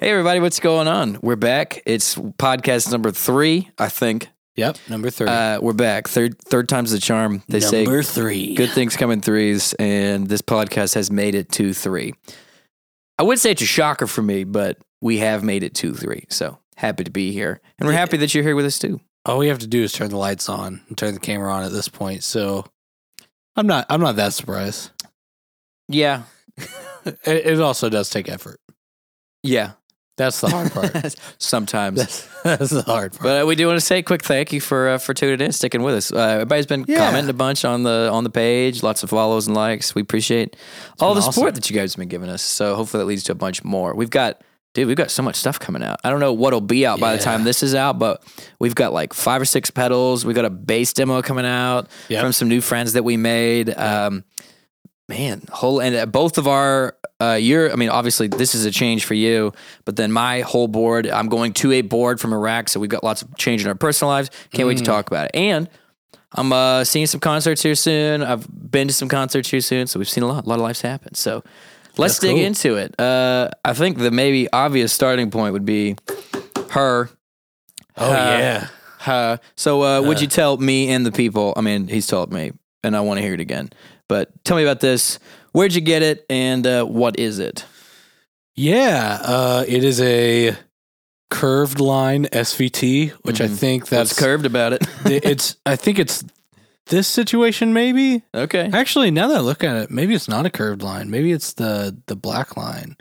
everybody what's going on. We're back. It's podcast number three, I think. Yep, number three. Uh, we're back. Third third time's the charm. They say number three. good things come in threes, and this podcast has made it to three. I would say it's a shocker for me, but we have made it to three. So happy to be here. And we're happy that you're here with us too. All we have to do is turn the lights on and turn the camera on at this point. So I'm not. I'm not that surprised. Yeah. It, it also does take effort. Yeah. That's the hard part. Sometimes. that's, that's the hard part. But uh, we do want to say a quick thank you for uh, for tuning in, sticking with us. Uh, everybody's been Yeah. commenting a bunch on the on the page, lots of follows and likes. We appreciate all the been support awesome. that you guys have been giving us. So hopefully that leads to a bunch more. We've got dude, we've got so much stuff coming out. I don't know what'll be out by the Yeah. time this is out, but we've got like five or six pedals. We got a bass demo coming out Yep. from some new friends that we made. Um, man, whole and uh, both of our uh, your I mean, obviously this is a change for you, but then my whole board. I'm going to a board from Iraq, so we've got lots of change in our personal lives. Can't Mm. wait to talk about it. And I'm uh, seeing some concerts here soon. I've been to some concerts here soon, so we've seen a lot. A lot of lives happen. So let's That's dig cool. into it. Uh, I think the maybe obvious starting point would be her. oh yeah. Huh. So, uh, would you tell me and the people? I mean, he's told me, and I want to hear it again. But tell me about this. Where'd you get it, and uh, what is it? Yeah, uh, it is a curved line SVT, which I Mhm. think That's that's curved about it. it's I think it's this situation maybe. okay. Actually, now that I look at it, maybe it's not a curved line. Maybe it's the the black line.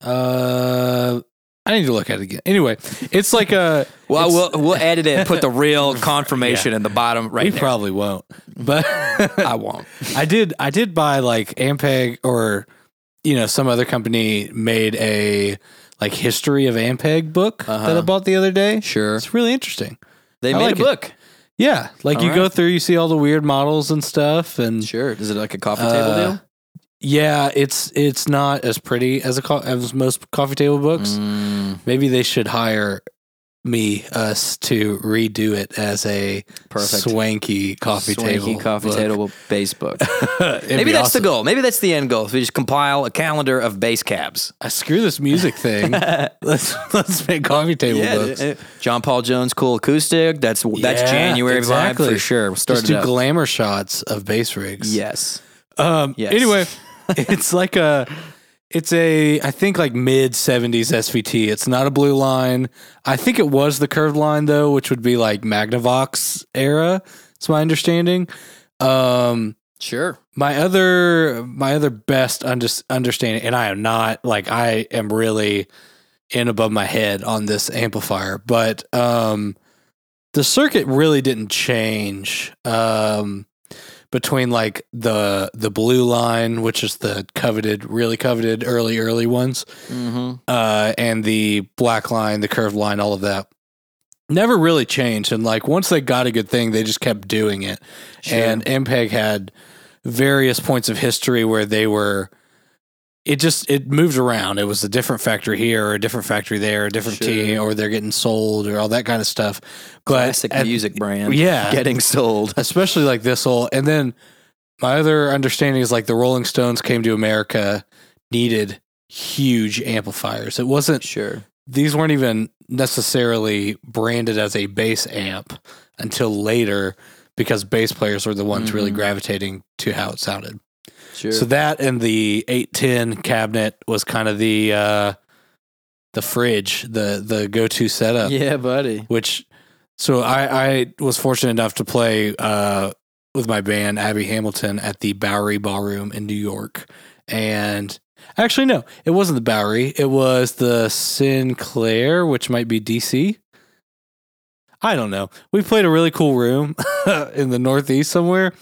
Uh, I need to look at it again. Anyway, it's like a Well, it's- we'll we'll edit it. Put the real confirmation in the bottom we right there. probably won't, but I won't. I did I did buy like Ampeg or you know some other company made a like history of Ampeg book Uh-huh. that I bought the other day. Sure. It's really interesting. They I made like a it. book. Yeah, like All you go right. through, you see all the weird models and stuff, and Sure. Is it like a coffee Uh, table deal? yeah, it's it's not as pretty as a co- as most coffee table books. Mm, Maybe they should hire me us to redo it as a perfect. swanky coffee Swanky table. coffee book. table base book. It'd Maybe be that's awesome. the goal. Maybe that's the end goal. If we just compile a calendar of base cabs. I screw this music thing. let's let's make coffee table books. dude. John Paul Jones, cool acoustic. That's that's Yeah, January vibe for exactly. sure. We'll start Just it do up. glamour shots of bass rigs. yes, Um, Yes. Anyway, it's like a, it's a, I think like mid 70s SVT. It's not a blue line. I think it was the curved line though, which would be like Magnavox era. It's my understanding. Um, sure. my other, my other best under, understanding, and I am not like I am really in above my head on this amplifier, but um, the circuit really didn't change. Um, between like the the blue line, which is the coveted, really coveted early early ones, Mm-hmm. uh, and the black line, the curved line, all of that never really changed. And like once they got a good thing, they just kept doing it. Sure. And MPEG had various points of history where they were. It just it moved around. It was a different factory here, or a different factory there, a different Sure. team, or they're getting sold, or all that kind of stuff. But Classic at- music brand. yeah. getting sold. especially like this old. And then my other understanding is like the Rolling Stones came to America, needed huge amplifiers. It wasn't Sure. these weren't even necessarily branded as a bass amp until later because bass players were the ones really Mhm. gravitating to how it sounded. Sure. So that and the 810 cabinet was kind of the uh the fridge, the the go-to setup yeah, buddy. which so I, I was fortunate enough to play uh, with my band Abby Hamilton at the Bowery Ballroom in New York, and actually no, it wasn't the Bowery, it was the Sinclair, which might be DC. I don't know. We played a really cool room in the Northeast somewhere,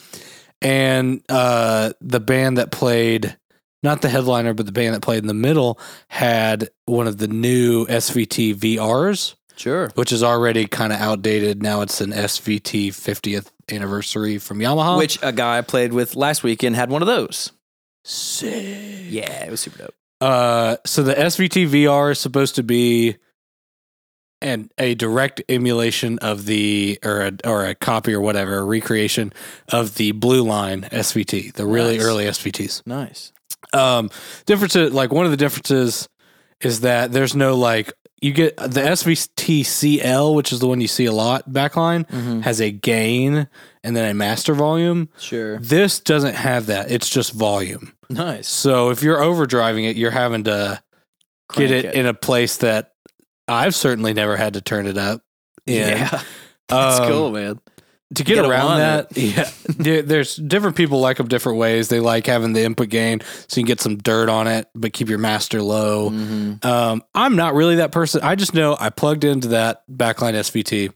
and uh, the band that played. Not the headliner, but the band that played in the middle had one of the new SVT VRs Sure. which is already kind of outdated. Now it's an SVT 50th anniversary from Yamaha. Which a guy I played with last weekend had one of those. sick. Yeah, it was super dope. Uh, so the SVT VR is supposed to be an a direct emulation of the or a, or a copy or whatever a recreation of the Blue Line SVT, the really Nice. early SVTs. Nice. Um, difference like one of the differences is that there's no like you get the SVTCL, which is the one you see a lot backline, Mm-hmm. has a gain and then a master volume. Sure. This doesn't have that. It's just volume. Nice. So if you're overdriving it, you're having to get it, in a place that I've certainly never had to turn it up. Yeah. in. That's Um, cool, man. to get, Get around around that, yeah, there- there's different people like them different ways. They like having the input gain so you can get some dirt on it, but keep your master low. Mhm. Um, I'm not really that person. I just know I plugged into that backline SVT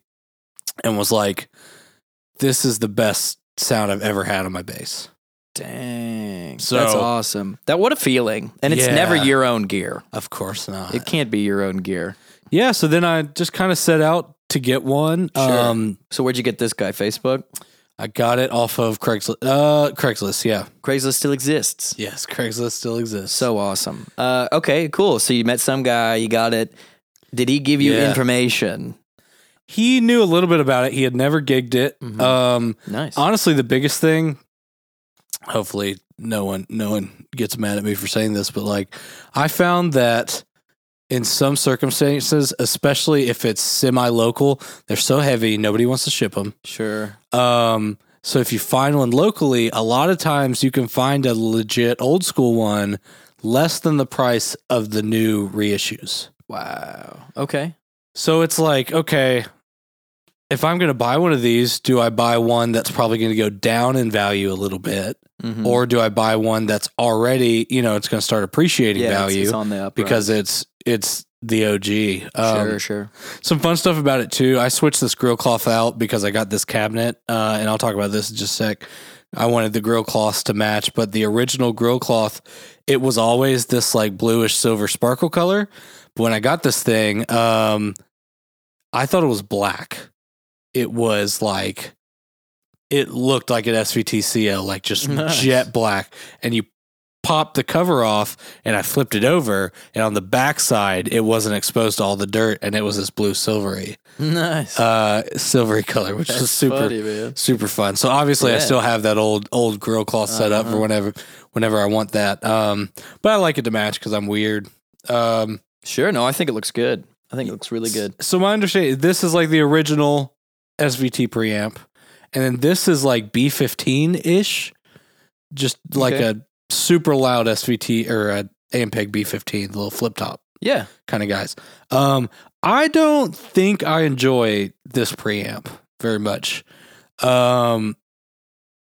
and was like, "This is the best sound I've ever had on my bass." Dang. So- That's awesome. That what a feeling. And it's never Yeah. Uh, your own gear. Of course not. It can't be your own gear. yeah. So then I just kind of set out to get one. Sure. Um, So where'd you get this guy? Facebook? I got it off of Craigslist. Uh, Craigslist. Yeah. Craigslist still exists. Yes, Craigslist still exists. So awesome. Uh, okay, cool. So you met some guy, you got it. Did he give you Yeah. information? he knew a little bit about it. He had never gigged it. Mhm. Um, Nice. honestly, the biggest thing. Hopefully, no one no one gets mad at me for saying this, but like, I found that in some circumstances, especially if it's semi-local, they're so heavy nobody wants to ship them. sure. Um, so if you find one locally, a lot of times you can find a legit old school one less than the price of the new reissues. Wow. Okay. So it's like, okay, if I'm going to buy one of these, do I buy one that's probably going to go down in value a little bit? Mhm. Or do I buy one that's already, you know, it's going to start appreciating yeah, it's- value It's, on the up because it's, it's, the OG. Um, sure, sure. Some fun stuff about it too. I switched this grill cloth out because I got this cabinet, uh, and I'll talk about this in just a sec. I wanted the grill cloths to match, but the original grill cloth, it was always this like bluish silver sparkle color. But when I got this thing, um, I thought it was black. It was like, it looked like an SVTCL, like just Nice. jet black. And you popped the cover off and I flipped it over, and on the backside, it wasn't exposed to all the dirt and it was this blue silvery, Nice. uh, silvery color, which That's was super. funny, man. Super fun. So obviously, I Yeah. still have that old old grill cloth set up for Uh-huh. whenever whenever I want that. Um, but I like it to match because I'm weird. Um, Sure. No, I think it looks good. I think it looks really good. so my understanding, this is like the original SVT preamp, and then this is like B15 ish, just like Okay. a super loud SVT or a Ampeg B15, the little flip top Yeah. kind of guys. Um, I don't think I enjoy this preamp very much. Um,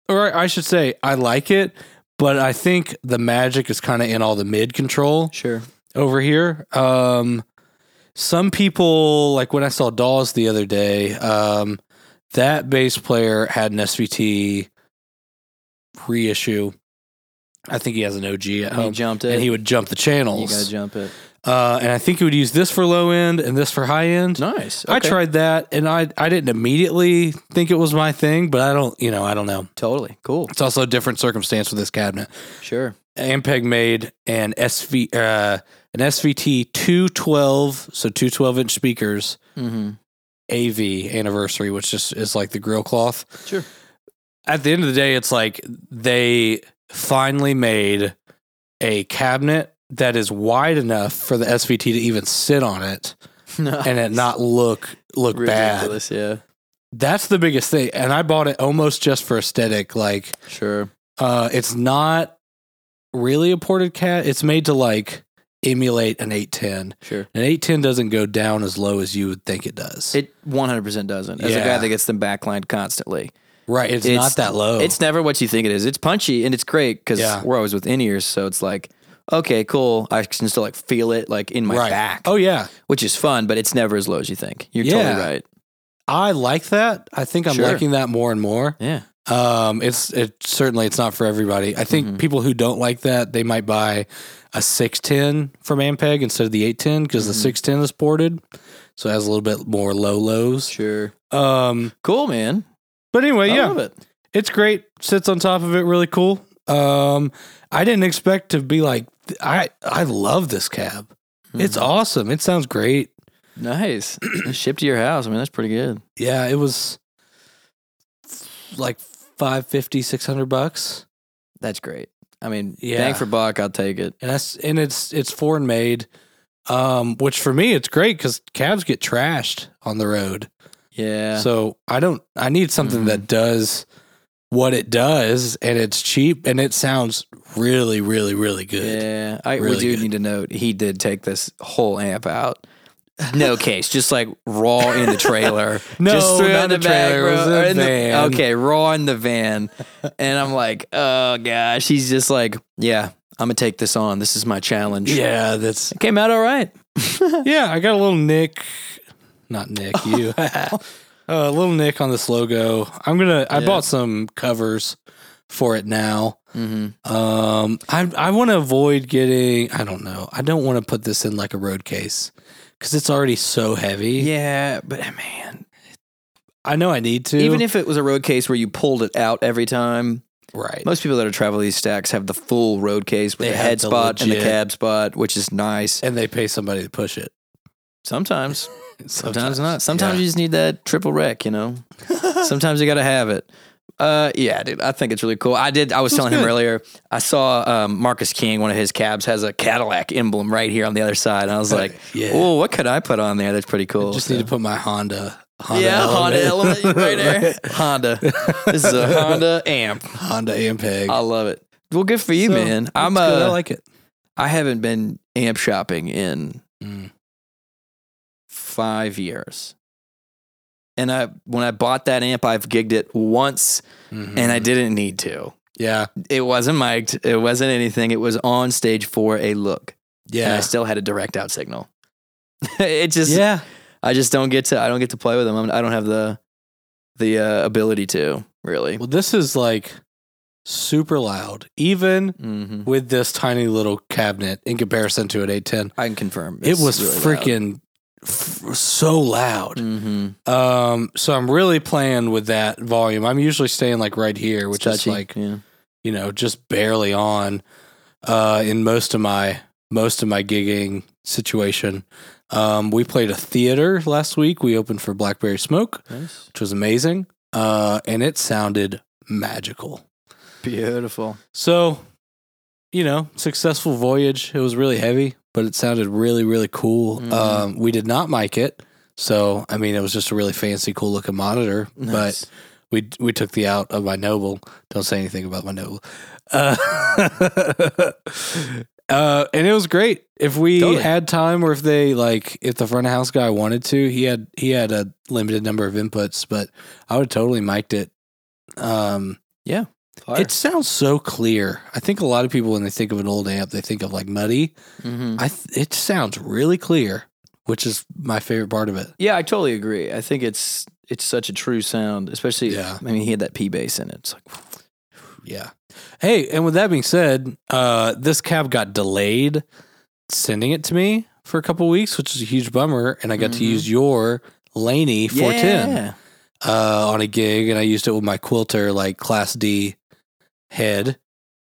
or I should say I like it, but I think the magic is kind of in all the mid control Sure. over here. Um, some people, like when I saw Dawes the other day, um, that bass player had an SVT reissue. I think he has an OG And at he home, jumped it. Um, and he would jump the you channels. gotta jump it. uh, and I think he would use this for low end and this for high end. Nice. I Okay. tried that, and I I didn't immediately think it was my thing, but I don't, you know, I don't know. Totally. Cool. It's also a different circumstance with this cabinet. Sure. Ampeg made an SV uh, an SVT two twelve, so two twelve inch speakers Mm-hmm. AV anniversary, which just is like the grill cloth. Sure. At the end of the day, it's like they finally made a cabinet that is wide enough for the SVT to even sit on it and it not look look bad. ridiculous. Yeah. That's the biggest thing. And I bought it almost just for aesthetic. Like Sure. Uh, it's not really a ported cat. It's made to like emulate an 810. Sure. An 810 doesn't go down as low as you would think it does. It 100% doesn't. As a Yeah. guy that gets them backlined constantly, right. It's, it's- not that low. it's never what you think it is. It's punchy and it's great because Oh. Yeah. we're always with in ears. So it's like, okay, cool. I can still like feel it like in my right. back, Oh, yeah. which is fun, but it's never as low as you think. You're Yeah. totally right. I like that. I think I'm Sure. liking that more and more. Yeah. Um, it's it certainly it's not for everybody. I think Mhm. people who don't like that they might buy a 610 from Ampeg instead of the 810 because the Mhm. 610 is ported, so it has a little bit more low lows. Sure. Um, Cool, man. but anyway, I yeah, love it. it's great. Sits on top of it, really cool. Um, I didn't expect to be like I. I love this cab. It's Mhm. awesome. It sounds great. nice. Shipped to your house. I mean, that's pretty good. Yeah, it was like 550 600 bucks That's great. I mean, Yeah. bang for buck, I'll take it. and that's and it's it's foreign made Um, which for me it's great because cabs get trashed on the road. Yeah. So I don't. I need something Mhm. that does what it does, and it's cheap, and it sounds really, really, really good. Yeah, I, we Really do good. need to note he did take this whole amp out. No case, just like raw in the trailer. No, just not the trailer, it was in or the in the- van. okay, raw in the van, and I'm like, oh gosh, he's just like, yeah, I'm gonna take this on. This is my challenge. Yeah, that's it came out all right. yeah. I got a little nick, not Nick, you, Uh, a little nick on this logo. I'm gonna. I Yeah. bought some covers for it now. Mm-hmm. Um, I I want to avoid getting. I don't know. I don't want to put this in like a road case because it's already so heavy. Yeah, but man, I know I need to. even if it was a road case where you pulled it out every time, right, most people that are travel these stacks have the full road case with They the have head the spot and the legit- cab spot, which is nice. and they pay somebody to push it. Sometimes. Sometimes not. Sometimes Yeah. you just need that triple rec, you know. Sometimes you got to have it. Uh, yeah, dude, I think it's really cool. I did. I was telling him good. earlier. I saw um, Marcus King, one of his cabs, has a Cadillac emblem right here on the other side, and I was like, Yeah. "Oh, what could I put on there? That's pretty cool." just So- need to put my Honda. Honda yeah, Honda element right there. Right. Honda. This is a Honda amp. Honda Ampeg. I love it. Well, good for you, So, man. I'm. It's good. I Uh, like it. I haven't been amp shopping in Mm. five years. And I when I bought that amp, I've gigged it once Mhm. and I didn't need to. yeah, It wasn't mic'd, it wasn't anything. It was on stage for a look. And I yeah, still had a direct out signal. it just yeah. I just don't get to I don't get to play with them. I'm, I don't have the the uh, ability to really. Well, this is like super loud, even hmm with this tiny little cabinet in comparison to an 810. I can confirm. It was freaking f- so loud. hmm Um, so I'm really playing with that volume. I'm usually staying like right here, which is touchy. like yeah. you know, just barely on uh, in most of my most of my gigging situation. Um, we played a theater last week. We opened for Blackberry Smoke, Nice. which was amazing, uh, and it sounded magical. Beautiful. So, you know, successful voyage. It was really heavy, but it sounded really, really cool. Mhm. Um, we did not mic it, so I mean, it was just a really fancy, cool looking monitor, but Nice. we we took the out of my noble. Don't say anything about my noble. Uh, uh, and it was great. If we Totally. had time, or if they like, if the front of house guy wanted to, he had he had a limited number of inputs, but I would have totally mic'd it. Um, Fire. it sounds so clear. I think a lot of people when they think of an old amp, they think of like muddy. Mhm. I th- it sounds really clear, which is my favorite part of it. Yeah, I totally agree. I think it's it's such a true sound, especially. Yeah. I mean, he had that P bass in it. It's like, Yeah. Hey, and with that being said, uh, this cab got delayed sending it to me for a couple weeks, which is a huge bummer. And I got to Mhm. use your Laney 410 Yeah. uh, on a gig, and I used it with my quilter, like Class D head.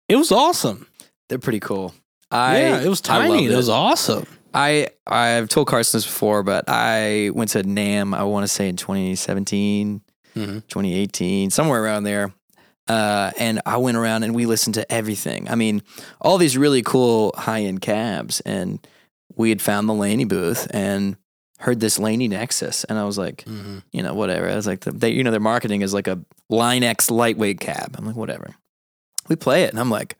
It was awesome. they're pretty cool. I yeah, it was I loved tiny. It. it. was awesome. I I've told Carson this before, but I went to Nam. I want to say in 2017, Mhm. 2018, somewhere around there. Uh, and I went around and we listened to everything. I mean, all these really cool high end cabs, and we had found the Laney booth and heard this Laney Nexus, and I was like, Mhm. you know, whatever. I was like, they, you know, their marketing is like a Line X lightweight cab. I'm like, whatever. We play it, and I'm like,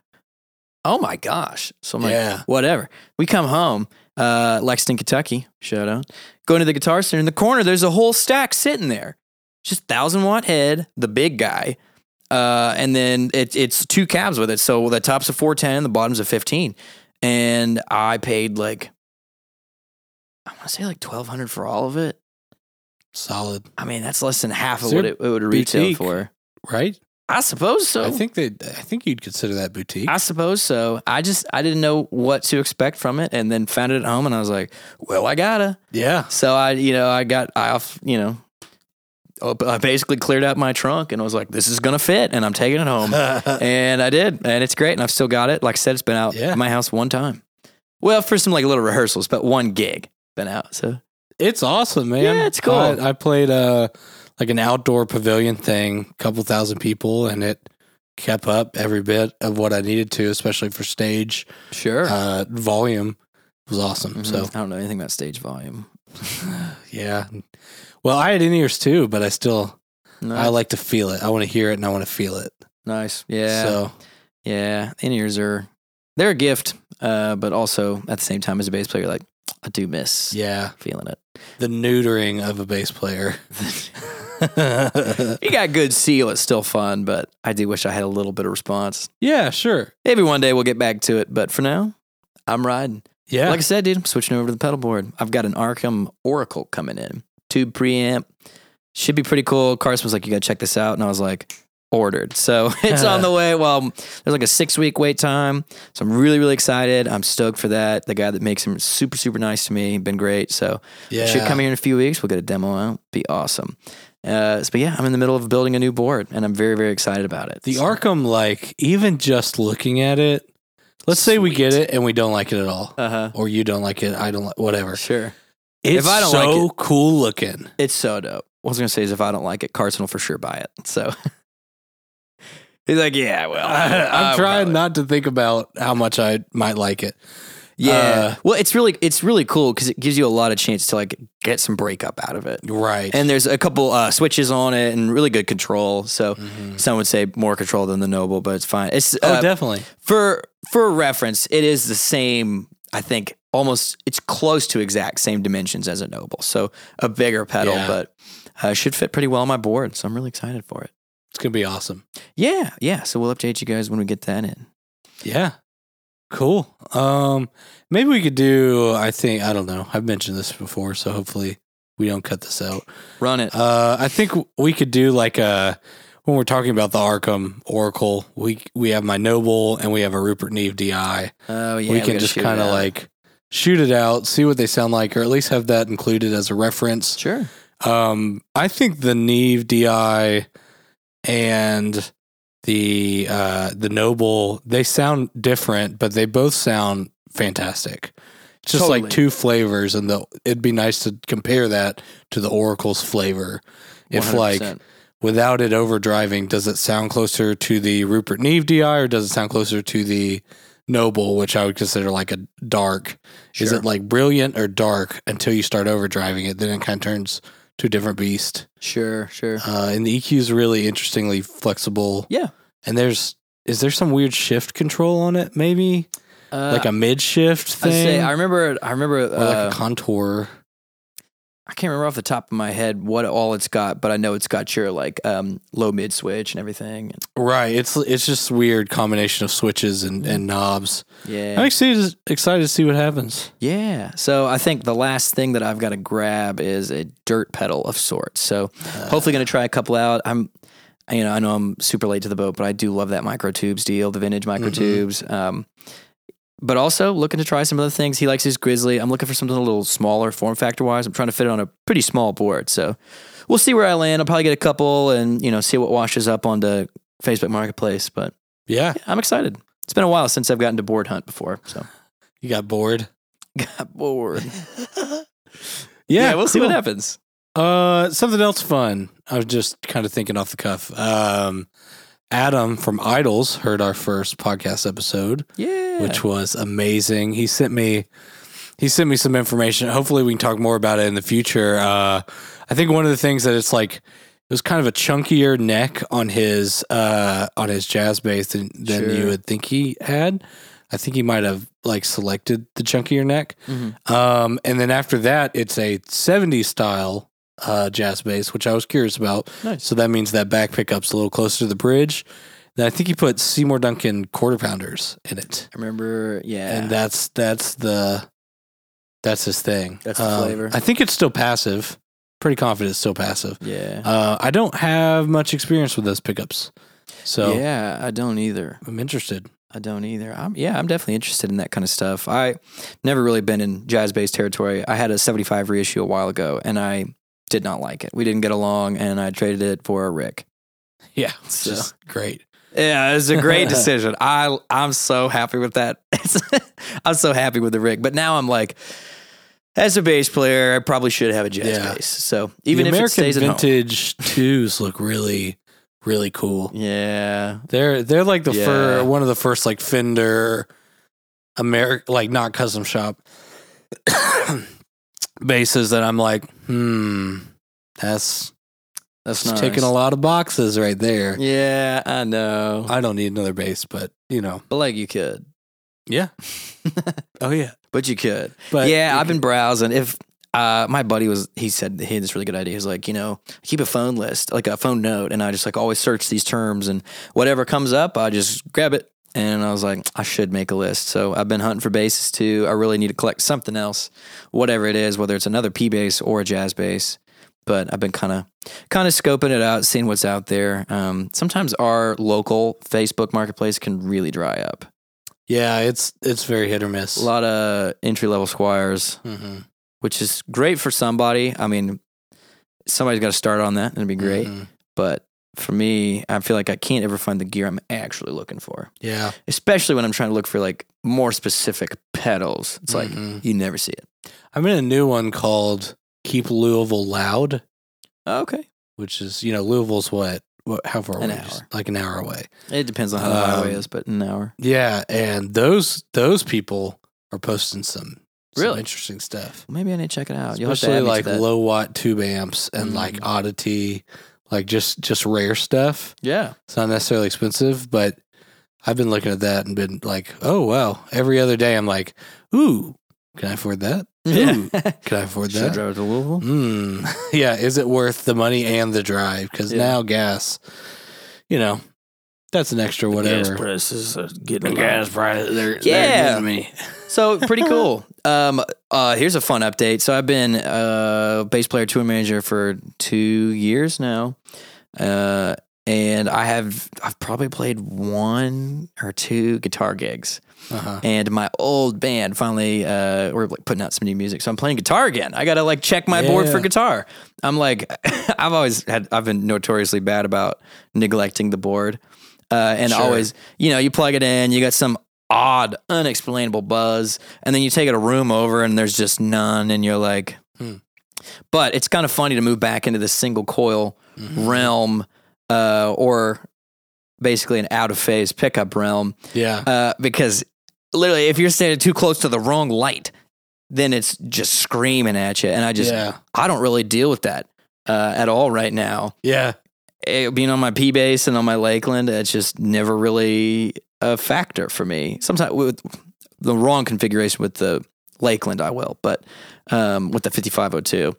oh my gosh. So I'm like, Yeah. whatever. We come home, uh, Lexington, Kentucky, shout out. Go into the guitar center in the corner. There's a whole stack sitting there, just thousand watt head, the big guy, uh, and then it, it's two cabs with it. So the top's a 410, the bottom's a 15, and I paid like. I want to say like twelve hundred for all of it. Solid, I mean, that's less than half of Is there what it, it would retail boutique? for. right? I suppose so. I think that I think you'd consider that boutique. I suppose so. I just I didn't know what to expect from it, and then found it at home, and I was like, "Well, I gotta." yeah. So I, you know, I got I off, you know, op- I basically cleared out my trunk, and I was like, "This is gonna fit," and I'm taking it home, and I did, and it's great, and I've still got it. Like I said, it's been out Yeah. at my house one time. Well, for some like little rehearsals, but one gig been out. So It's awesome, man. Yeah, it's cool. I, I played uh like an outdoor pavilion thing, couple thousand people, and it kept up every bit of what I needed to, especially for stage sure, uh, volume. was awesome. Mhm. So I don't know anything about stage volume. yeah. Well, I had in ears too, but I still I Nice. like to feel it. I want to hear it and I want to feel it. nice. Yeah. So Yeah, in ears are they're a gift, uh, but also at the same time as a bass player, you're like I do miss yeah, feeling it. the neutering of a bass player. You got good seal, it's still fun, but I do wish I had a little bit of response. yeah, sure. Maybe one day we'll get back to it, but for now, I'm riding. Yeah. Like I said, dude, I'm switching over to the pedal board. I've got an Arkham Oracle coming in, tube preamp. Should be pretty cool. Carson was like, "You gotta check this out," and I was like, "Ordered." So it's on the way. Well, there's like a six week wait time, so I'm really, really excited. I'm stoked for that. The guy that makes him is super, super nice to me. Been great. So yeah. should come here in a few weeks. We'll get a demo out. Be awesome. Uh, so- but yeah, I'm in the middle of building a new board, and I'm very, very excited about it. The So- Arkham, like, even just looking at it, let's say we get it and we don't like it at all, uh or you don't like it, I don't like whatever. huh, sure. If It's I don't so like cool looking. It's so dope. What I was gonna say is if I don't like it, Carson will for sure buy it. So he's like, yeah, well, I, I'll am trying probably-" not to think about how much I might like it. Yeah, uh, well, it's really it's really cool because it gives you a lot of chance to like get some breakup out of it. Right. And there's a couple uh, switches on it and really good control. So Mhm. some would say more control than the Noble, but it's fine. It's oh, Mm-hmm. uh, definitely. for for reference, it is the same. I think almost it's close to exact same dimensions as a Noble, so a bigger pedal, Yeah. but uh, should fit pretty well on my board. So I'm really excited for it. It's gonna be awesome. Yeah, yeah. So we'll update you guys when we get that in. Yeah. Cool. Um, maybe we could do. I think I don't know. I've mentioned this before, so hopefully we don't cut this out. Run it. Uh, I think we could do like a when we're talking about the Arkham Oracle. We we have my Noble and we have a Rupert Neve Di. Oh yeah, we can gotta just shoot kind it of out. like shoot it out, see what they sound like, or at least have that included as a reference. sure. Um, I think the Neve Di and the uh, the Noble they sound different, but they both sound fantastic. It's Just like Totally. two flavors, and the it'd be nice to compare that to the Oracle's flavor. If like 100%. without it overdriving, does it sound closer to the Rupert Neve DI or does it sound closer to the Noble, which I would consider like a dark? Is Sure. it like brilliant or dark until you start overdriving it? Then it kind of turns to a different beast. sure, sure. Uh, and the EQ is really interestingly flexible. Yeah. And there's, is there some weird shift control on it? Maybe Uh, like a mid shift I thing? say, I remember. I remember. or like Uh, a contour. I can't remember off the top of my head what all it's got, but I know it's got your like um, low mid switch and everything. Right. It's, it's just weird combination of switches and, and knobs. Yeah. I'm actually excited to see what happens. Yeah. So I think the last thing that I've got to grab is a dirt pedal of sorts. So hopefully going to try a couple out. I'm, you know, I know I'm super late to the boat, but I do love that micro tubes deal, the vintage micro tubes. Um, but also looking to try some other things. He likes his grizzly. I'm looking for something a little smaller form factor wise. I'm trying to fit it on a pretty small board. So we'll see where I land. I'll probably get a couple and, you know, see what washes up onto Facebook marketplace, but Yeah. I'm excited. It's been a while since I've gotten to board hunt before. So You got bored. got bored. Yeah, we'll see what cool. happens. Uh, something else fun. I was just kind of thinking off the cuff. Um, Adam from Idols heard our first podcast episode, Yeah. which was amazing. He sent me he sent me some information. Hopefully, we can talk more about it in the future. Uh, I think one of the things that it's like it was kind of a chunkier neck on his uh on his jazz bass than, than Sure. you would think he had. I think he might have like selected the chunkier neck. Mm-hmm. Um, and then after that, it's a 70s style uh, jazz bass, which I was curious about. Nice. So that means that back pickup's a little closer to the bridge. Then I think he put Seymour Duncan quarter pounders in it, I remember, yeah. and that's that's the that's his thing. Um, That's the flavor. I think it's still passive. Pretty confident it's still passive. yeah. Uh, I don't have much experience with those pickups, so yeah, I don't either. I'm interested. I don't either. I'm, yeah, I'm definitely interested in that kind of stuff. I never really been in jazz bass territory. I had a 75 reissue a while ago and I did not like it. We didn't get along and I traded it for a Rick. Yeah, it's So- just great. Yeah, it was a great decision. I I'm so happy with that. I'm so happy with the Rick. But now I'm like, as a bass player, I probably should have a jazz Yeah. bass. So even the if American it stays at home. vintage twos look really, really cool. Yeah. They're they're like the Yeah. fir- one of the first like Fender, America like not custom shop, bases that I'm like, hmm, that's That's it's not taking a lot of boxes right there. Yeah, I know. I don't need another base, but you know, but like you could, yeah. oh yeah, but you could. but yeah, I've been browsing. If uh, my buddy was, he said he had this really good idea. He's like, you know, keep a phone list, like a phone note, and I just like always search these terms, and whatever comes up, I just grab it. And I was like, I should make a list. So I've been hunting for bases too. I really need to collect something else, whatever it is, whether it's another P bass or a jazz bass. But I've been kind of, kind of scoping it out, seeing what's out there. Um, sometimes our local Facebook marketplace can really dry up. yeah, it's it's very hit or miss. A lot of entry level squires hmm which is great for somebody. I mean, somebody's got to start on that, and it'd be great. Mm-hmm. But for me, I feel like I can't ever find the gear I'm actually looking for, Yeah, especially when I'm trying to look for like more specific pedals. It's like Mhm. you never see it. I'm in a new one called Keep Louisville Loud, Okay, which is you know Louisville's what what how far An away is- hour. like an hour away. it depends on how the highway Um, is, but an hour. Yeah, and those those people are posting some, some Really? interesting stuff. Maybe I need to check it out. You'll have to Especially add me to like that. low watt tube amps and like Mm. oddity, like just just rare stuff. yeah, It's not necessarily expensive, but I've been looking at that and been like, oh wow. Every other day I'm like, ooh, can I afford that? Ooh, can I afford Should I that? drive to Louisville? Mm. yeah, is it worth the money and the drive? Because Yeah. now gas, you know, that's an extra whatever. prices are The getting gas prices. They're, Yeah. getting me. So pretty cool. um, uh, here's a fun update. So I've been uh, bass player tour manager for two years now, uh, and I have I've probably played one or two guitar gigs. Uh-huh. And my old band finally uh, we're like putting out some new music, so I'm playing guitar again. I gotta like check my board for Yeah. guitar. I'm like, I've always had I've been notoriously bad about neglecting the board, uh, and Sure. always you know you plug it in, you got some odd, unexplainable buzz, and then you take it a room over, and there's just none, and you're like, Hmm. but it's kind of funny to move back into the single coil Mhm. realm, uh, or basically an out of phase pickup realm Yeah. uh, because literally, if you're standing too close to the wrong light, then it's just screaming at you. And I just, yeah. I don't really deal with that uh, at all right now. Yeah. Eh, being on my P base and on my Lakeland, it's just never really a factor for me. Sometimes with the wrong configuration with the Lakeland, I will, but um, with the 5502.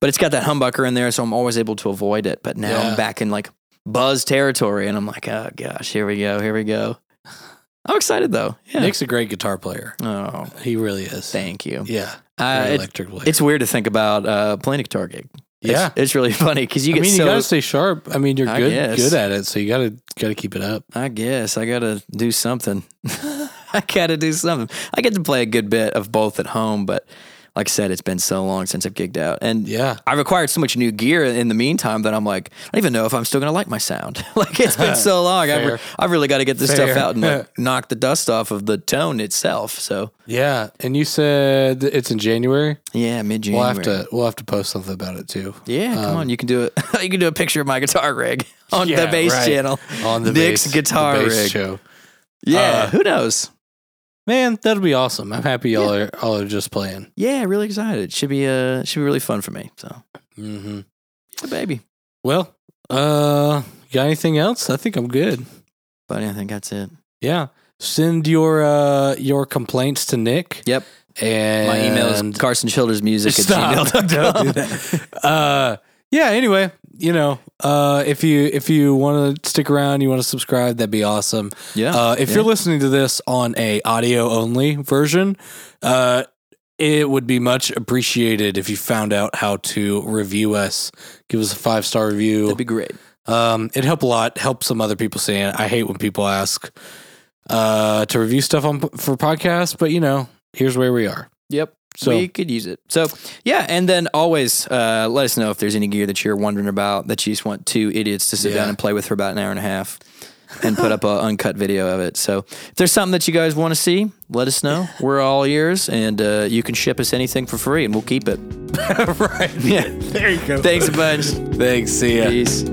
But it's got that humbucker in there, so I'm always able to avoid it. But now Yeah. I'm back in like buzz territory, and I'm like, oh gosh, here we go, here we go. I'm excited though. Yeah. Nick's a great guitar player. Oh, He really is. thank you. Yeah. Uh, Very it- electric player. it's weird to think about uh, playing a guitar gig. It's- yeah. it's, really funny because you I get mean, so. you gotta stay sharp. I mean, you're I good guess. good at it, so you gotta gotta keep it up. I guess I gotta do something. I gotta do something. I get to play a good bit of both at home, but like I said, it's been so long since I've gigged out, and Yeah. I required so much new gear in the meantime that I'm like, I don't even know if I'm still gonna like my sound. like it's been so long. I've, Fair. re- I've really got to get this Fair. stuff out and like, knock the dust off of the tone itself. So Yeah. And you said it's in January. yeah, mid January. We'll have to we'll have to post something about it too. Yeah, come Um, on, you can do it. you can do a picture of my guitar rig on Yeah, the bass right. channel. On the Nick's bass, guitar the bass rig. show. Yeah, Uh, who knows? Man, that'll be awesome. I'm happy y'all are all are just playing. Yeah, really excited. Should be uh should be really fun for me. So, hmm yeah, baby, Well, uh, got anything else? I think I'm good. buddy, I think that's it. Yeah. Send your uh your complaints to Nick. Yep. And My email is Carson Childers Music at Stop. Don't do that. uh yeah anyway you know uh if you if you want to stick around you want to subscribe that'd be awesome Yeah, uh if yeah. you're listening to this on a audio only version uh it would be much appreciated if you found out how to review us give us a five star review that'd be great. um it help a lot help some other people see it i hate when people ask uh to review stuff on for podcasts but you know here's where we are Yep. So- we could use it. So yeah, and then always uh, let us know if there's any gear that you're wondering about that you just want two idiots to sit Yeah. down and play with for about an hour and a half, and put up an uncut video of it. So if there's something that you guys want to see, let us know. We're all ears, and uh, you can ship us anything for free, and we'll keep it. right Yeah. there you go Thanks a bunch. thanks see ya Peace.